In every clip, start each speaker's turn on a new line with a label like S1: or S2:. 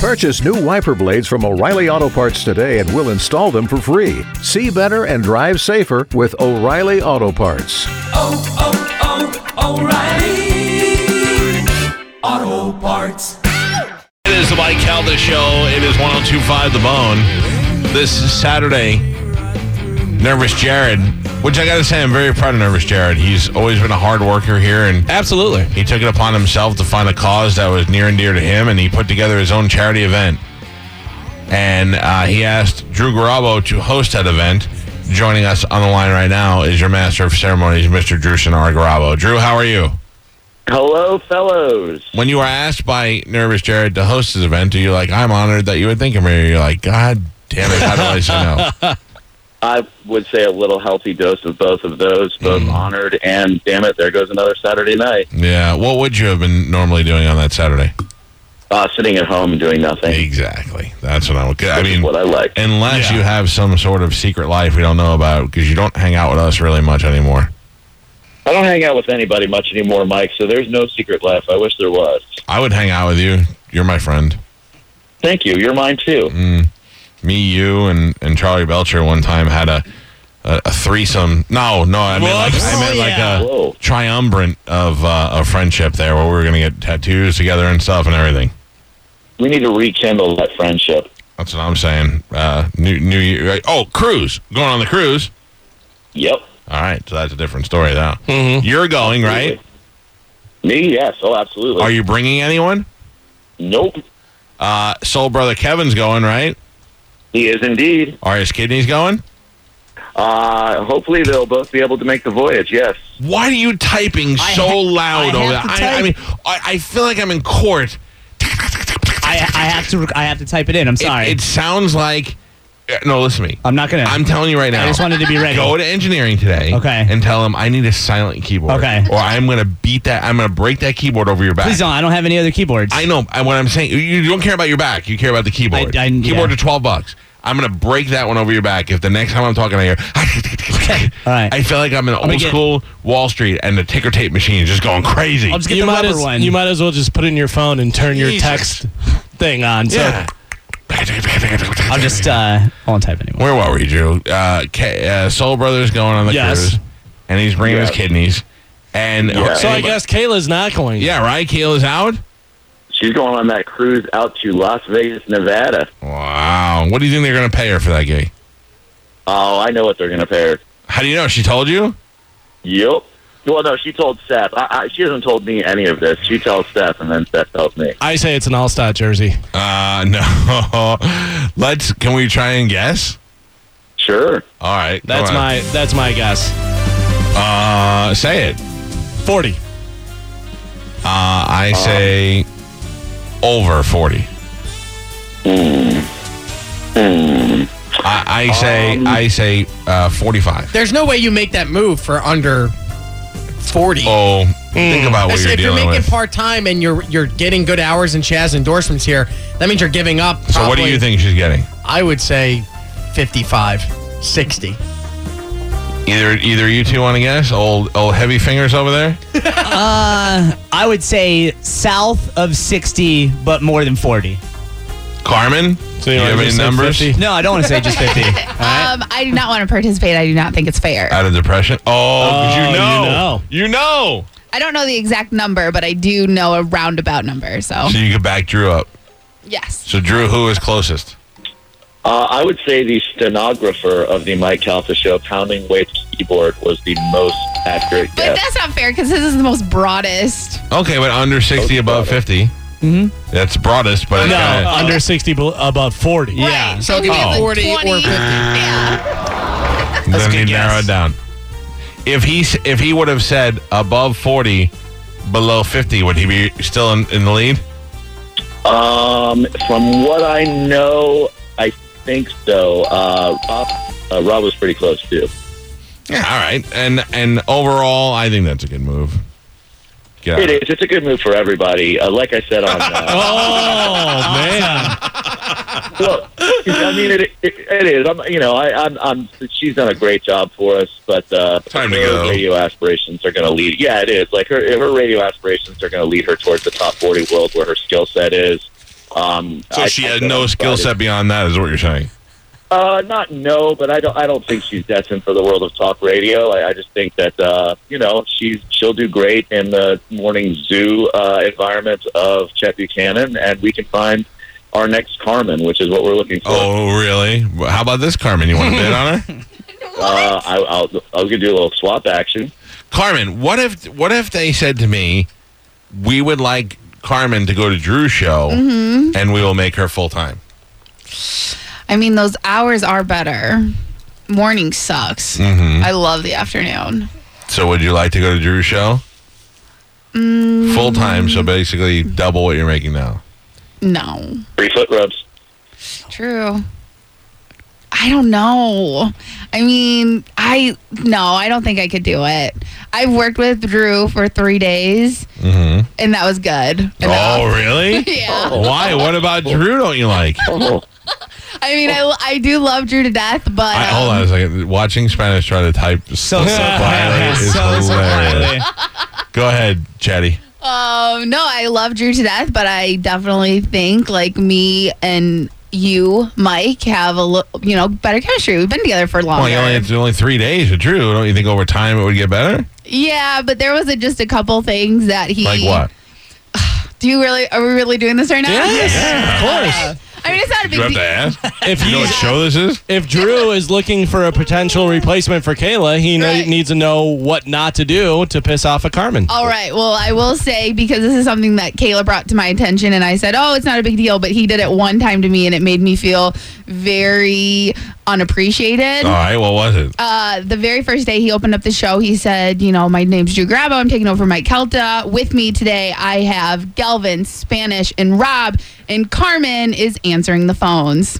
S1: Purchase new wiper blades from O'Reilly Auto Parts today and we'll install them for free. See better and drive safer with O'Reilly Auto Parts.
S2: Oh, oh, oh, O'Reilly Auto Parts.
S3: It is the Mike Calda Show. It is 1025 The Bone. This is Saturday, Nervous Jared, which I got to say, I'm very proud of Nervous Jared. He's always been a hard worker here, and
S4: Absolutely.
S3: he took it upon himself to find a cause that was near and dear to him, and he put together his own charity event. And uh, he asked Drew Garabo to host that event. Joining us on the line right now is your master of ceremonies, Mr. Drew Sinar Garabo. Drew, how are you?
S5: Hello, fellows.
S3: when you were asked by Nervous Jared to host this event, are you like, I'm honored that you would think of me? Or you're like, God damn it, how do I say no?
S5: I would say a little healthy dose of both of those, both
S3: Mm.
S5: honored and damn it, there goes another Saturday night.
S3: yeah, what would you have been normally doing on that Saturday?
S5: Uh, sitting at home and doing nothing.
S3: Exactly. That's what I would. I
S5: which is
S3: mean,
S5: what I like.
S3: unless you have some sort of secret life we don't know about, because you don't hang out with us really much anymore.
S5: I don't hang out with anybody much anymore, Mike, so there's no secret life. I wish there was.
S3: I would hang out with you. You're my friend.
S5: Thank you. You're mine too.
S3: Mm. Me, you, and, and Charlie Belcher one time had a a, a threesome. No, no, I meant like I
S6: Oh,
S3: meant like a.
S5: Whoa.
S3: triumvirate of uh, of friendship there, where we were going to get tattoos together and stuff and everything.
S5: We need to rekindle that friendship.
S3: That's what I'm saying. Uh, new New Year. Oh, cruise. Going on the cruise.
S5: Yep.
S3: All right, so that's a different story now.
S6: Mm-hmm.
S4: Mhm.
S3: You're going, right?
S5: Me, yes. Oh, absolutely.
S3: Are you bringing anyone?
S5: Nope.
S3: Uh, Soul brother Kevin's going, right?
S5: He is indeed.
S3: Are his kidneys going?
S5: Uh, hopefully, they'll both be able to make the voyage. Yes.
S3: Why are you typing
S6: I
S3: so
S6: ha-
S3: loud
S6: I
S3: over there?
S6: have to
S3: I, I
S6: type.
S3: mean, I, I feel like I'm in court.
S6: I, I have to I have to type it in. I'm
S3: It,
S6: sorry.
S3: it sounds like. uh, No, listen to me.
S6: I'm not gonna.
S3: I'm telling you right now.
S6: I just wanted to be ready.
S3: go to engineering today
S6: Okay.
S3: and tell them i need a silent keyboard
S6: Okay.
S3: or i'm gonna beat that i'm gonna break that keyboard over your back
S6: Please don't. I don't have any other keyboards.
S3: i know I, what i'm saying you- you don't care about your back you care about the keyboard
S6: I- I-
S3: keyboard
S6: yeah.
S3: to 12 bucks i'm gonna break that one over your back if the next time i'm talking i hear
S6: all right.
S3: i feel like i'm in old
S6: get-
S3: school wall street and the ticker tape machine is just going crazy
S6: I'll just get
S4: you
S6: the
S4: might
S6: rubber
S4: as
S6: one.
S4: you might as well just put in your phone and turn your
S3: Jesus.
S4: text thing on. So
S3: yeah
S6: I'll just. Uh, I won't type anymore.
S3: where were we drew uh, K, uh soul brothers going on the
S4: Yes.
S3: cruise and he's bringing his
S5: Yeah.
S3: kidneys and
S5: Yeah.
S4: so I
S3: anybody-
S4: guess Kayla's not going.
S3: Yeah, right. Kayla's out.
S5: She's going on that cruise out to Las Vegas, Nevada.
S3: Wow. What do you think they're going to pay her for that gig?
S5: Oh, I know what they're going to pay her.
S3: How do you know? She told you?
S5: Yep. Well, no, she told Seth. I, I, she hasn't told me any of this. She tells Seth, and then Seth tells me.
S4: I say it's an All Star jersey.
S3: Uh, no. Let's. Can we try and guess?
S5: Sure.
S3: All right.
S4: That's
S3: go on.
S4: my that's my guess.
S3: Uh, say it.
S4: Forty.
S3: Uh, I
S5: Uh-huh.
S3: say over forty.
S5: Hmm.
S3: I, I say.
S5: Um.
S3: I say uh, forty-five.
S7: There's no way you make that move for under 40.
S3: Oh,
S5: Hmm.
S3: think about what
S7: That's-
S3: you're
S7: if you're
S3: dealing
S7: making
S3: with.
S7: part time and you're you're getting good hours and Chaz endorsements here, that means you're giving up.
S3: so what do
S7: probably-
S3: you think she's getting?
S7: I would say 55, 60.
S3: Either either you two want to guess? Old old heavy fingers over there.
S6: I would say south of 60, but more than 40.
S3: Carmen.
S4: So
S3: you
S4: wanna
S3: have any
S4: just say
S3: numbers?
S4: 50?
S6: No, I don't want to say just 50.
S8: Um, I do not want to participate. I do not think it's fair.
S3: out of depression. Oh, 'cause
S4: Oh,
S3: you
S4: you
S3: know.
S4: know.
S3: You know.
S8: I don't know the exact number, but I do know a roundabout number. So,
S3: So you could back Drew up.
S8: yes.
S3: So Drew, who is closest?
S5: Uh, I would say the stenographer of the Mike Calta show, pounding weights keyboard, was the most accurate
S8: But
S5: guess.
S8: that's not fair because this is the most broadest.
S3: Okay, but under 60, above 50. Mm-hmm. That's broadest, but it's
S4: No, Oh,
S3: kinda-
S4: under sixty, bel- above forty.
S8: Yeah.
S7: So it could be 40 or 50.
S8: Yeah.
S3: then you narrow it down. If he s- if he would have said above 40, below 50, would he be still in, in the lead?
S5: Um, from what I know, I think so. Uh, Rob, uh, Rob was pretty close too.
S3: Yeah. All right. And and overall, I think that's a good move. Get out.
S5: It is. It's a good move for everybody. Uh, like I said on. Uh, well,
S4: Oh man.
S5: I mean, it, it, it is. I'm, you know, I, I'm, I'm. She's done a great job for us, but uh,
S3: Time to
S5: her
S3: go.
S5: radio aspirations are going to lead. Yeah, it is. Like her, her radio aspirations are going to lead her towards the top forty world, where her skill set is. Um,
S3: So
S5: I-
S3: she
S5: I
S3: had
S5: said
S3: no
S5: I'm
S3: skill
S5: excited.
S3: set beyond that, is what you're saying.
S5: Uh, not no, but I don't. I don't think she's destined for the world of talk radio. I, I just think that uh, you know she's she'll do great in the morning zoo uh, environment of Chet Buchanan, and we can find our next Carmen, which is what we're looking for.
S3: Oh, really? Well, How about this, Carmen? You want to bid on her?
S5: Uh, I, I'll I was gonna do a little swap action.
S3: Carmen, what if what if they said to me, we would like Carmen to go to Drew's show, and we will make her full time.
S8: I mean, those hours are better. Morning sucks. I love the afternoon.
S3: So would you like to go to Drew's show? Full time, so basically double what you're making now.
S8: No.
S5: Three foot rubs.
S8: True. I don't know. I mean, I no, I don't think I could do it. I've worked with Drew for three days, and that was good. enough.
S3: Oh, really?
S8: Yeah.
S3: Why? What about Drew? Don't you like?
S8: I mean, I, I do love Drew to death, but
S3: Oh. I, hold on a second. Watching Spanish try to type so quietly is hilarious. Go ahead, Chatty.
S8: um, no, I love Drew to death, but I definitely think like me and you, Mike, have a little, you know, better chemistry. We've been together for longer.
S3: Well, you only it's only three days with Drew. Don't you think over time it would get better?
S8: yeah, but there was a, just a couple things that he
S3: Like what?
S8: Do you really? Are we really doing this right now?
S4: Yes, of course.
S8: I mean, it's not a
S3: Did you
S8: big
S3: have to
S8: deal.
S3: ask?
S4: If
S3: You know
S4: he's,
S3: what show this is?
S4: if Drew is looking for a potential replacement for Kayla, he kno-
S8: Right. Oh,
S4: needs to know what not to do to piss off a Carmen.
S8: All right. Well, I will say because this is something that Kayla brought to my attention, and I said, "Oh, it's not a big deal," but he did it one time to me, and it made me feel very unappreciated.
S3: All right. What was it?
S8: Uh, the very first day he opened up the show, he said, "You know, my name's Drew Grabo. I'm taking over Mike Kelta. With me today, I have Galvin, Spanish, and Rob, and Carmen is answering the phones."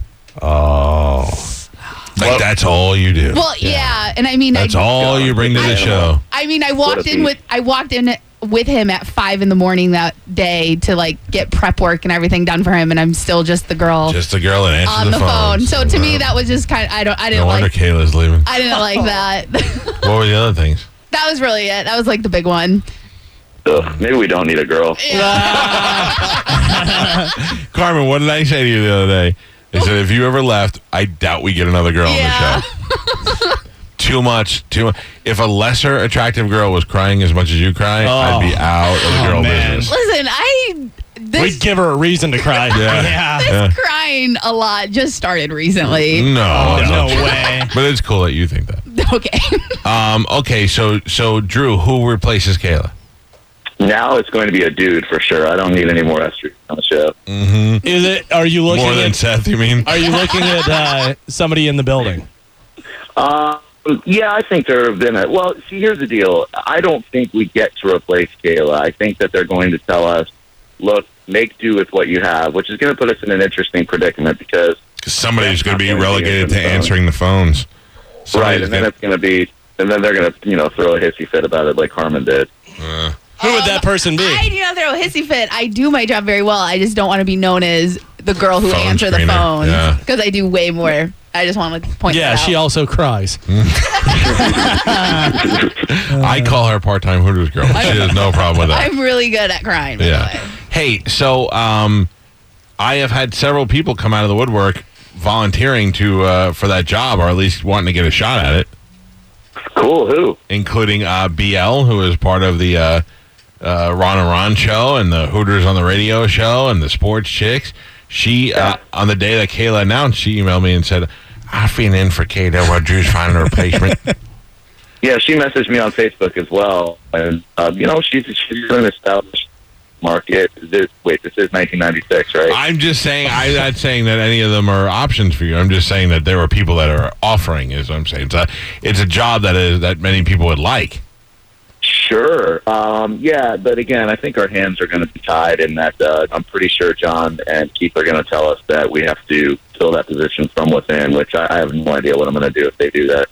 S3: Like that's all you do.
S8: Well, yeah, and I mean,
S3: That's
S8: I,
S3: all you bring to the show.
S8: I mean, I
S5: What
S8: walked
S5: a
S8: in
S5: beast.
S8: with I walked in with him at five in the morning that day to like get prep work and everything done for him, and I'm still just the girl
S3: Just a girl that answers
S8: on the, phone. So to me,
S3: Wow.
S8: that was just kind of I don't I
S3: no
S8: didn't
S3: wonder
S8: like uh,
S3: Kayla's leaving.
S8: I didn't like that.
S3: What were the other things?
S8: that was really it. That was like the big one.
S5: Ugh, maybe we don't need a girl.
S3: Carmen, what did I say to you the other day? I said, if you ever left, I doubt we get another girl on
S8: Yeah.
S3: the show. too much. Too much. If a lesser attractive girl was crying as much as you cry, I'd be out of the girl
S4: Oh. man.
S3: business.
S8: Listen, I
S4: We
S8: this
S4: give her a reason to cry.
S3: Yeah.
S8: this crying a lot just started recently.
S3: Oh, No, it's
S4: No
S3: not true.
S4: way.
S3: But it's cool that you think that.
S8: Okay,
S3: Um, okay, so so Drew, who replaces Kayla?
S5: Now it's going to be a dude for sure. I don't need any more esters on the show.
S4: Is it? Are you looking
S3: More than
S4: at?
S3: Seth, you mean?
S4: Are you looking at uh, somebody in the building?
S5: Yeah, I think there have been a. Well, see, here's the deal. I don't think we get to replace Kayla. I think that they're going to tell us, look, make do with what you have, which is going to put us in an interesting predicament because,
S3: 'Cause somebody's going to be
S5: Not gonna be
S3: relegated to
S5: answering the phone.
S3: answering the phones.
S5: right,
S3: Somebody's
S5: and then
S3: gonna-
S5: it's going to be. And then they're going to, you know, throw a hissy fit about it like Carmen did.
S4: Who would that person be?
S8: I do not throw a hissy fit. I do my job very well. I just don't want to be known as the girl who
S3: Phone
S8: answers the
S3: screener,
S8: phone
S3: yeah.
S8: because I do way more. I just want to point.
S4: yeah,
S8: that
S4: she
S8: out.
S4: also cries.
S3: I call her part time Hooters girl. She has no problem with that.
S8: I'm really good at crying. By The
S3: Yeah.
S8: way.
S3: Hey, so um, I have had several people come out of the woodwork volunteering to uh, for that job, or at least wanting to get a shot at it,
S5: Cool. Who?
S3: including uh, BL, who is part of the uh, uh, Ron and Ron show and the Hooters on the radio show and the Sports Chicks. She uh, on the day that Kayla announced, she emailed me and said, "I'm feeling in for Kayla while Drew's finding a replacement."
S5: Yeah, she messaged me on Facebook as well, and uh, you know, she's she's an established market. This wait, this is 1996, right?
S3: I'm just saying, I'm not saying that any of them are options for you. I'm just saying that there are people that are offering. Is what I'm saying. It's a, it's a job that is that many people would like.
S5: Sure. Um, yeah, but again, I think our hands are going to be tied in that uh, I'm pretty sure John and Keith are going to tell us that we have to fill that position from within, which I, I have no idea what I'm going to do if they do that.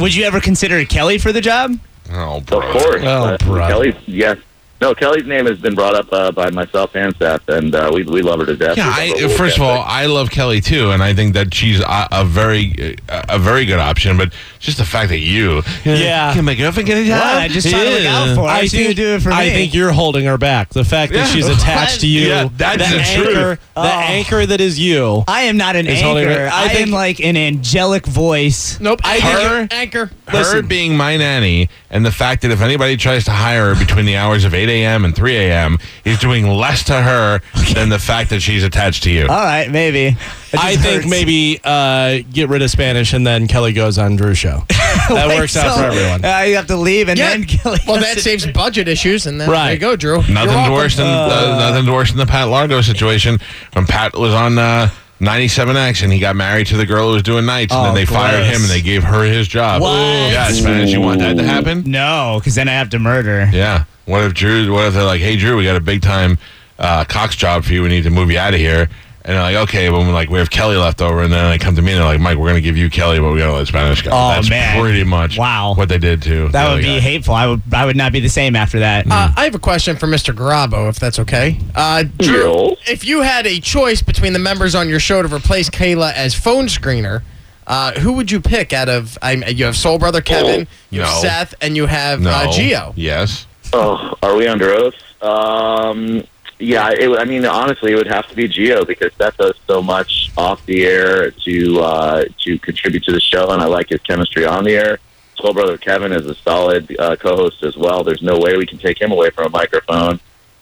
S6: Would you ever consider Kelly for the job?
S3: Oh,
S5: Of course.
S4: Oh,
S5: uh,
S4: brother.
S5: Kelly, yes. No, Kelly's name has been brought up uh, by myself and Seth, and uh, we we love her to death.
S3: Yeah,
S5: We love her.
S3: I,
S5: We'll
S3: first of
S5: get
S3: all,
S5: back.
S3: I love Kelly too, and I think that she's a, a very, a, a very good option. But just the fact that you,
S4: Yeah.
S3: can my girlfriend get a job?
S6: Well, I just try to look out for her.
S4: I
S6: She would
S4: think,
S6: do it for
S4: I
S6: me.
S4: think you're holding her back. The fact that
S3: Yeah.
S4: she's attached to you,
S3: Yeah, that's
S4: the,
S3: the
S4: anchor,
S3: truth.
S4: the
S6: Oh.
S4: anchor that is you.
S6: I am not an
S4: It's holding
S6: anchor.
S4: her-
S6: I,
S4: I think-
S6: am like an angelic voice.
S7: Nope. I
S3: Her-
S7: think anchor.
S3: her being my nanny, and the fact that if anybody tries to hire her between the hours of eight a.m. and three a.m., is doing less to her than the fact that she's attached to you.
S6: All right, maybe. It just
S4: I think
S6: hurts.
S4: maybe uh, get rid of Spanish and then Kelly goes on Drew's show. That
S6: Wait,
S4: works out
S6: so,
S4: for everyone.
S6: Uh, you have to leave and
S7: Yeah.
S6: then Kelly.
S7: Well,
S6: goes
S7: that
S6: to-
S7: saves budget issues, and then
S4: Right.
S7: there you go, Drew. You're
S3: Nothing
S7: welcome.
S3: worse than uh, nothing worse than the Pat Largo situation when Pat was on uh, 97X and he got married to the girl who was doing nights, and
S6: Oh,
S3: then they fired
S4: gross.
S3: him and they gave her his job.
S6: What?
S3: Yes, man. Did you want that to happen?
S6: No, because then I have to murder.
S3: Yeah. What if Drew? What if they're like, "Hey, Drew, we got a big time uh, Cox job for you. We need to move you out of here." And they're like, "Okay," but when like we have Kelly left over, and then they come to me and they're like, "Mike, we're gonna give you Kelly, but we gotta let Spanish go."
S6: Oh,
S3: That's
S6: man.
S3: pretty much
S6: Wow.
S3: what they did to the
S6: That
S3: other
S6: would be
S3: guy.
S6: hateful. I would. I would not be the same after that.
S7: Uh, I have a question for Mr. Garabo, if that's okay. Uh, Drew,
S5: Yes.
S7: if you had a choice between the members on your show to replace Kayla as phone screener, uh, who would you pick out of? I, you have Soul Brother Kevin, you have
S3: No.
S7: Seth, and you have
S3: No.
S7: uh, Geo.
S3: Yes.
S5: Oh, are we under oath? Um, yeah, it, would- I mean, honestly, it would have to be Geo because Seth does so much off the air to uh, to contribute to the show, and I like his chemistry on the air. Soul brother Kevin is a solid uh, co-host as well. There's no way we can take him away from a microphone,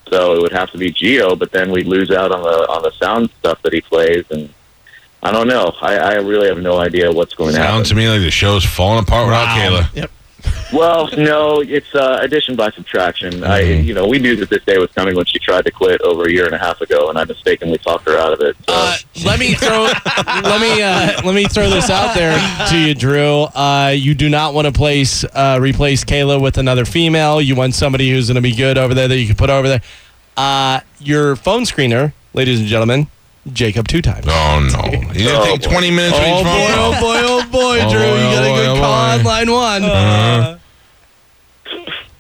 S5: so it would have to be Geo. But then we lose out on the on the sound stuff that he plays, and I don't know. I, I really have no idea what's going on.
S3: Sounds to me like the show's falling apart
S6: Wow.
S3: without Kayla.
S5: Well, no, it's uh, addition by subtraction. I, you know, we knew that this day was coming when she tried to quit over a year and a half ago, and I mistakenly talked her out of it. So.
S4: Uh, let me throw let me uh, let me throw this out there to you, Drew. Uh, you do not want to place uh, replace Kayla with another female. You want somebody who's going to be good over there that you can put over there. Uh, your phone screener, ladies and gentlemen, Jacob two times.
S3: Oh no! You didn't
S5: Oh,
S3: take
S5: boy.
S3: twenty minutes for each phone call.
S4: boy, oh boy,
S3: Oh, boy, oh, boy, oh, boy. Uh-huh.
S4: line one.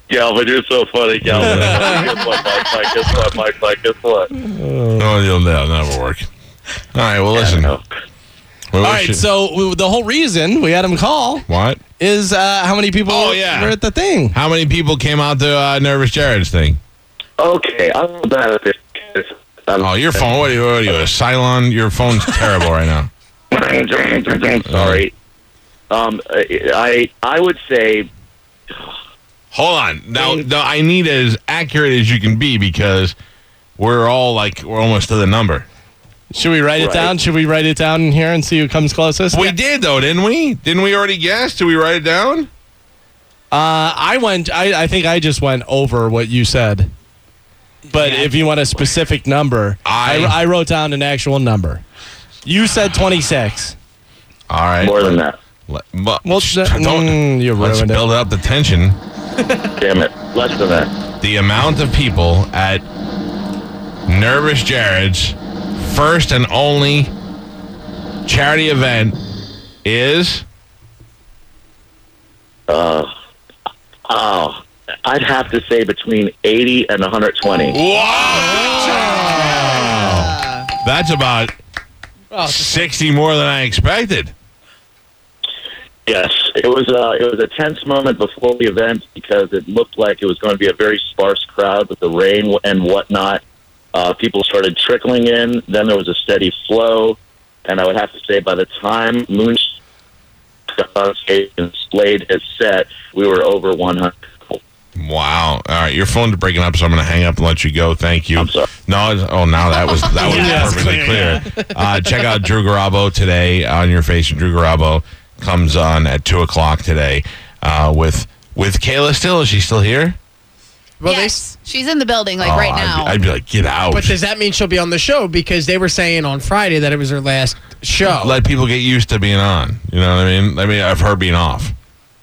S5: Galvin, you're so funny, Galvin. guess what, Mike? Mike? Guess what, Mike? Mike? Guess what?
S3: No, you'll that'll never work. All right. Well, listen.
S5: No.
S3: We
S4: All
S3: wish
S4: right,
S3: you-
S4: so w- the whole reason we had him call
S3: what?
S4: is uh, how many people
S3: Oh, yeah.
S4: were at the thing.
S3: How many people came out to uh, Nervous Jared's thing?
S5: Okay, I'm bad at this. I'm-
S3: Oh, your phone. What are you? What are you a Cylon? Your phone's terrible right now.
S5: Sorry. Um, I I would say
S3: Hold on. Now, now I need as accurate as you can be because we're all like we're almost to the number.
S4: Should we write it
S5: Right.
S4: down? Should we write it down in here and see who comes closest?
S3: We did though, didn't we? Didn't we already guess? Did we write it down?
S4: Uh, I went. I, I think I just went over what you said. But if you want a specific number,
S3: I-
S4: I wrote down an actual number. You said twenty six.
S3: All right.
S5: more than that.
S3: Let- but-
S4: Well,
S3: sh-
S4: th-
S3: don't-
S4: mm, you
S3: let's
S4: ruined it.
S3: build up the tension.
S5: Damn it, less than that.
S3: the amount of people at Nervous Jared's first and only charity event is
S5: Oh, I'd have to say between 80 and 120.
S3: that's about
S8: Oh,
S3: 60 more than I expected.
S5: Yes, it was a it was a tense moment before the event because it looked like it was going to be a very sparse crowd with the rain and whatnot. Uh, people started trickling in. Then there was a steady flow, and I would have to say by the time Moon uh, got on stage and played his set, we were over 100.
S3: Wow. All right, your phone's breaking up, so I'm going to hang up and let you go. Thank you.
S5: I'm sorry.
S3: No, it's- oh, now that was that was
S6: Yeah, it's
S3: perfectly clear. Uh, check out Drew Garabo today on your face. Drew Garabo comes on at two o'clock today uh, with with Kayla. Still, is she still here?
S7: Well, they
S8: yes, she's in the building like
S3: Oh,
S8: right
S3: I'd be-
S8: now.
S3: I'd, be like, get out.
S7: But does that mean she'll be on the show? Because they were saying on Friday that it was her last show.
S3: Let people get used to being on. You know what I mean? I mean, of her being off.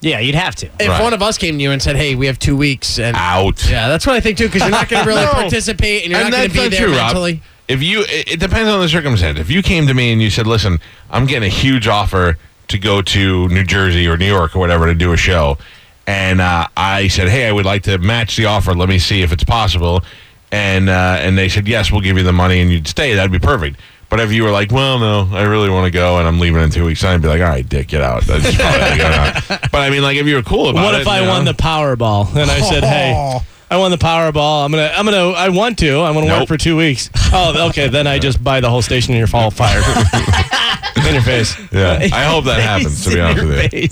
S6: yeah, you'd have to.
S7: if
S3: right.
S7: one of us came to you and said, "Hey, we have two weeks," and
S3: Out.
S7: yeah, that's what I think too, because you're not going to really
S3: Ah. No.
S7: participate, and you're
S3: and
S7: not going
S3: that's
S7: to be
S3: not
S7: there
S3: true,
S7: mentally.
S3: Rob. If you, it, it depends on the circumstance. If you came to me and you said, "Listen, I'm getting a huge offer to go to New Jersey or New York or whatever to do a show," and uh, I said, "Hey, I would like to match the offer. Let me see if it's possible." And uh, and they said, "Yes, we'll give you the money, and you'd stay. That'd be perfect." But if you were like, "Well, no, I really want to go, and I'm leaving in two weeks," time," I'd be like, "All right, Dick, get out." That's probably not going on. But I mean, like, if you were cool about
S4: What
S3: it,
S4: if I
S3: you know?
S4: won the Powerball and I said, "Hey, I won the Powerball. I'm gonna, I'm gonna, I want to. I want to
S3: Nope.
S4: work for two weeks." Oh, okay. Then I just buy the whole station and you're all fired in your face.
S3: Yeah, I hope that happens. To be honest with you.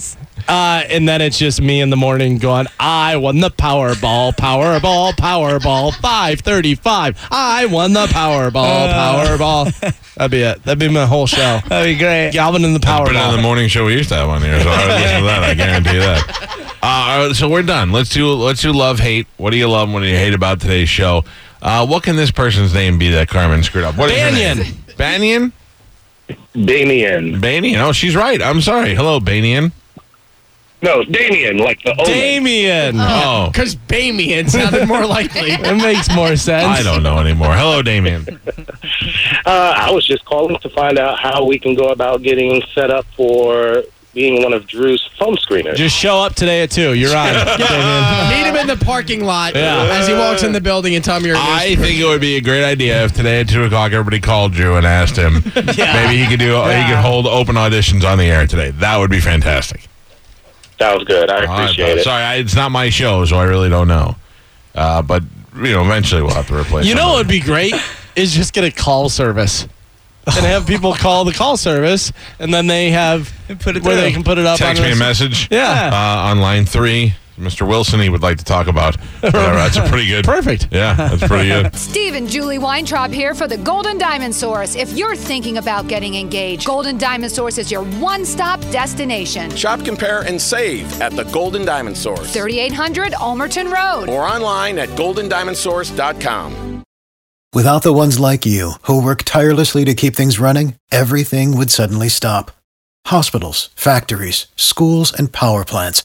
S4: Uh, and then it's just me in the morning going, "I won the Powerball, Powerball, Powerball, five thirty-five. I won the Powerball,
S3: Uh.
S4: Powerball." That'd be it. That'd be my whole show.
S6: That'd be great.
S4: Galvin in the
S3: But on the
S4: Powerball.
S3: morning show, we used to have one here, so I would listen to that. I guarantee you that. Uh, all right, so we're done. Let's do let's do love hate. What do you love? and What do you hate about today's show? Uh, what can this person's name be that Carmen screwed up? What is her name? Banyan.
S5: Damien.
S3: Banyan. Oh, she's right. I'm sorry. Hello, Banyan.
S5: No, Damien, like the omen.
S4: Damien.
S3: Oh,
S7: Because Bamian sounded more likely.
S4: It makes more sense.
S3: I don't know anymore. Hello, Damien.
S5: Uh, I was just calling to find out how we can go about getting set up for being one of Drew's phone screeners.
S4: Just show up today at two. You're on. Damien.
S7: Meet him in the parking lot
S4: Yeah.
S7: as he walks in the building and tell him you're. a
S3: I
S7: newspaper.
S3: think it would be a great idea if today at two o'clock everybody called Drew and asked him. Maybe he could do. He could hold open auditions on the air today. That would be fantastic.
S5: Sounds good. I
S3: All right,
S5: appreciate
S3: bud.
S5: it.
S3: Sorry, I, it's not my show, so I really don't know. Uh, but you know, eventually we'll have to replace.
S4: You know what
S3: somebody.
S4: would be great is just get a call service and have people call the call service, and then they have
S6: Put it
S4: where
S6: through.
S4: they can put it up.
S3: text
S4: on
S3: me a
S4: this-
S3: message.
S4: Yeah.
S3: uh, on line three, Mr. Wilson, he would like to talk about. Whatever. That's a pretty good.
S4: Perfect.
S3: Yeah, that's pretty good.
S9: Steve and Julie Weintraub here for the Golden Diamond Source. If you're thinking about getting engaged, Golden Diamond Source is your one stop destination.
S10: Shop, compare, and save at the Golden Diamond Source
S9: 3800 Almerton Road.
S10: or online at goldendiamondsource.com.
S11: Without the ones like you, who work tirelessly to keep things running, everything would suddenly stop. Hospitals, factories, schools, and power plants,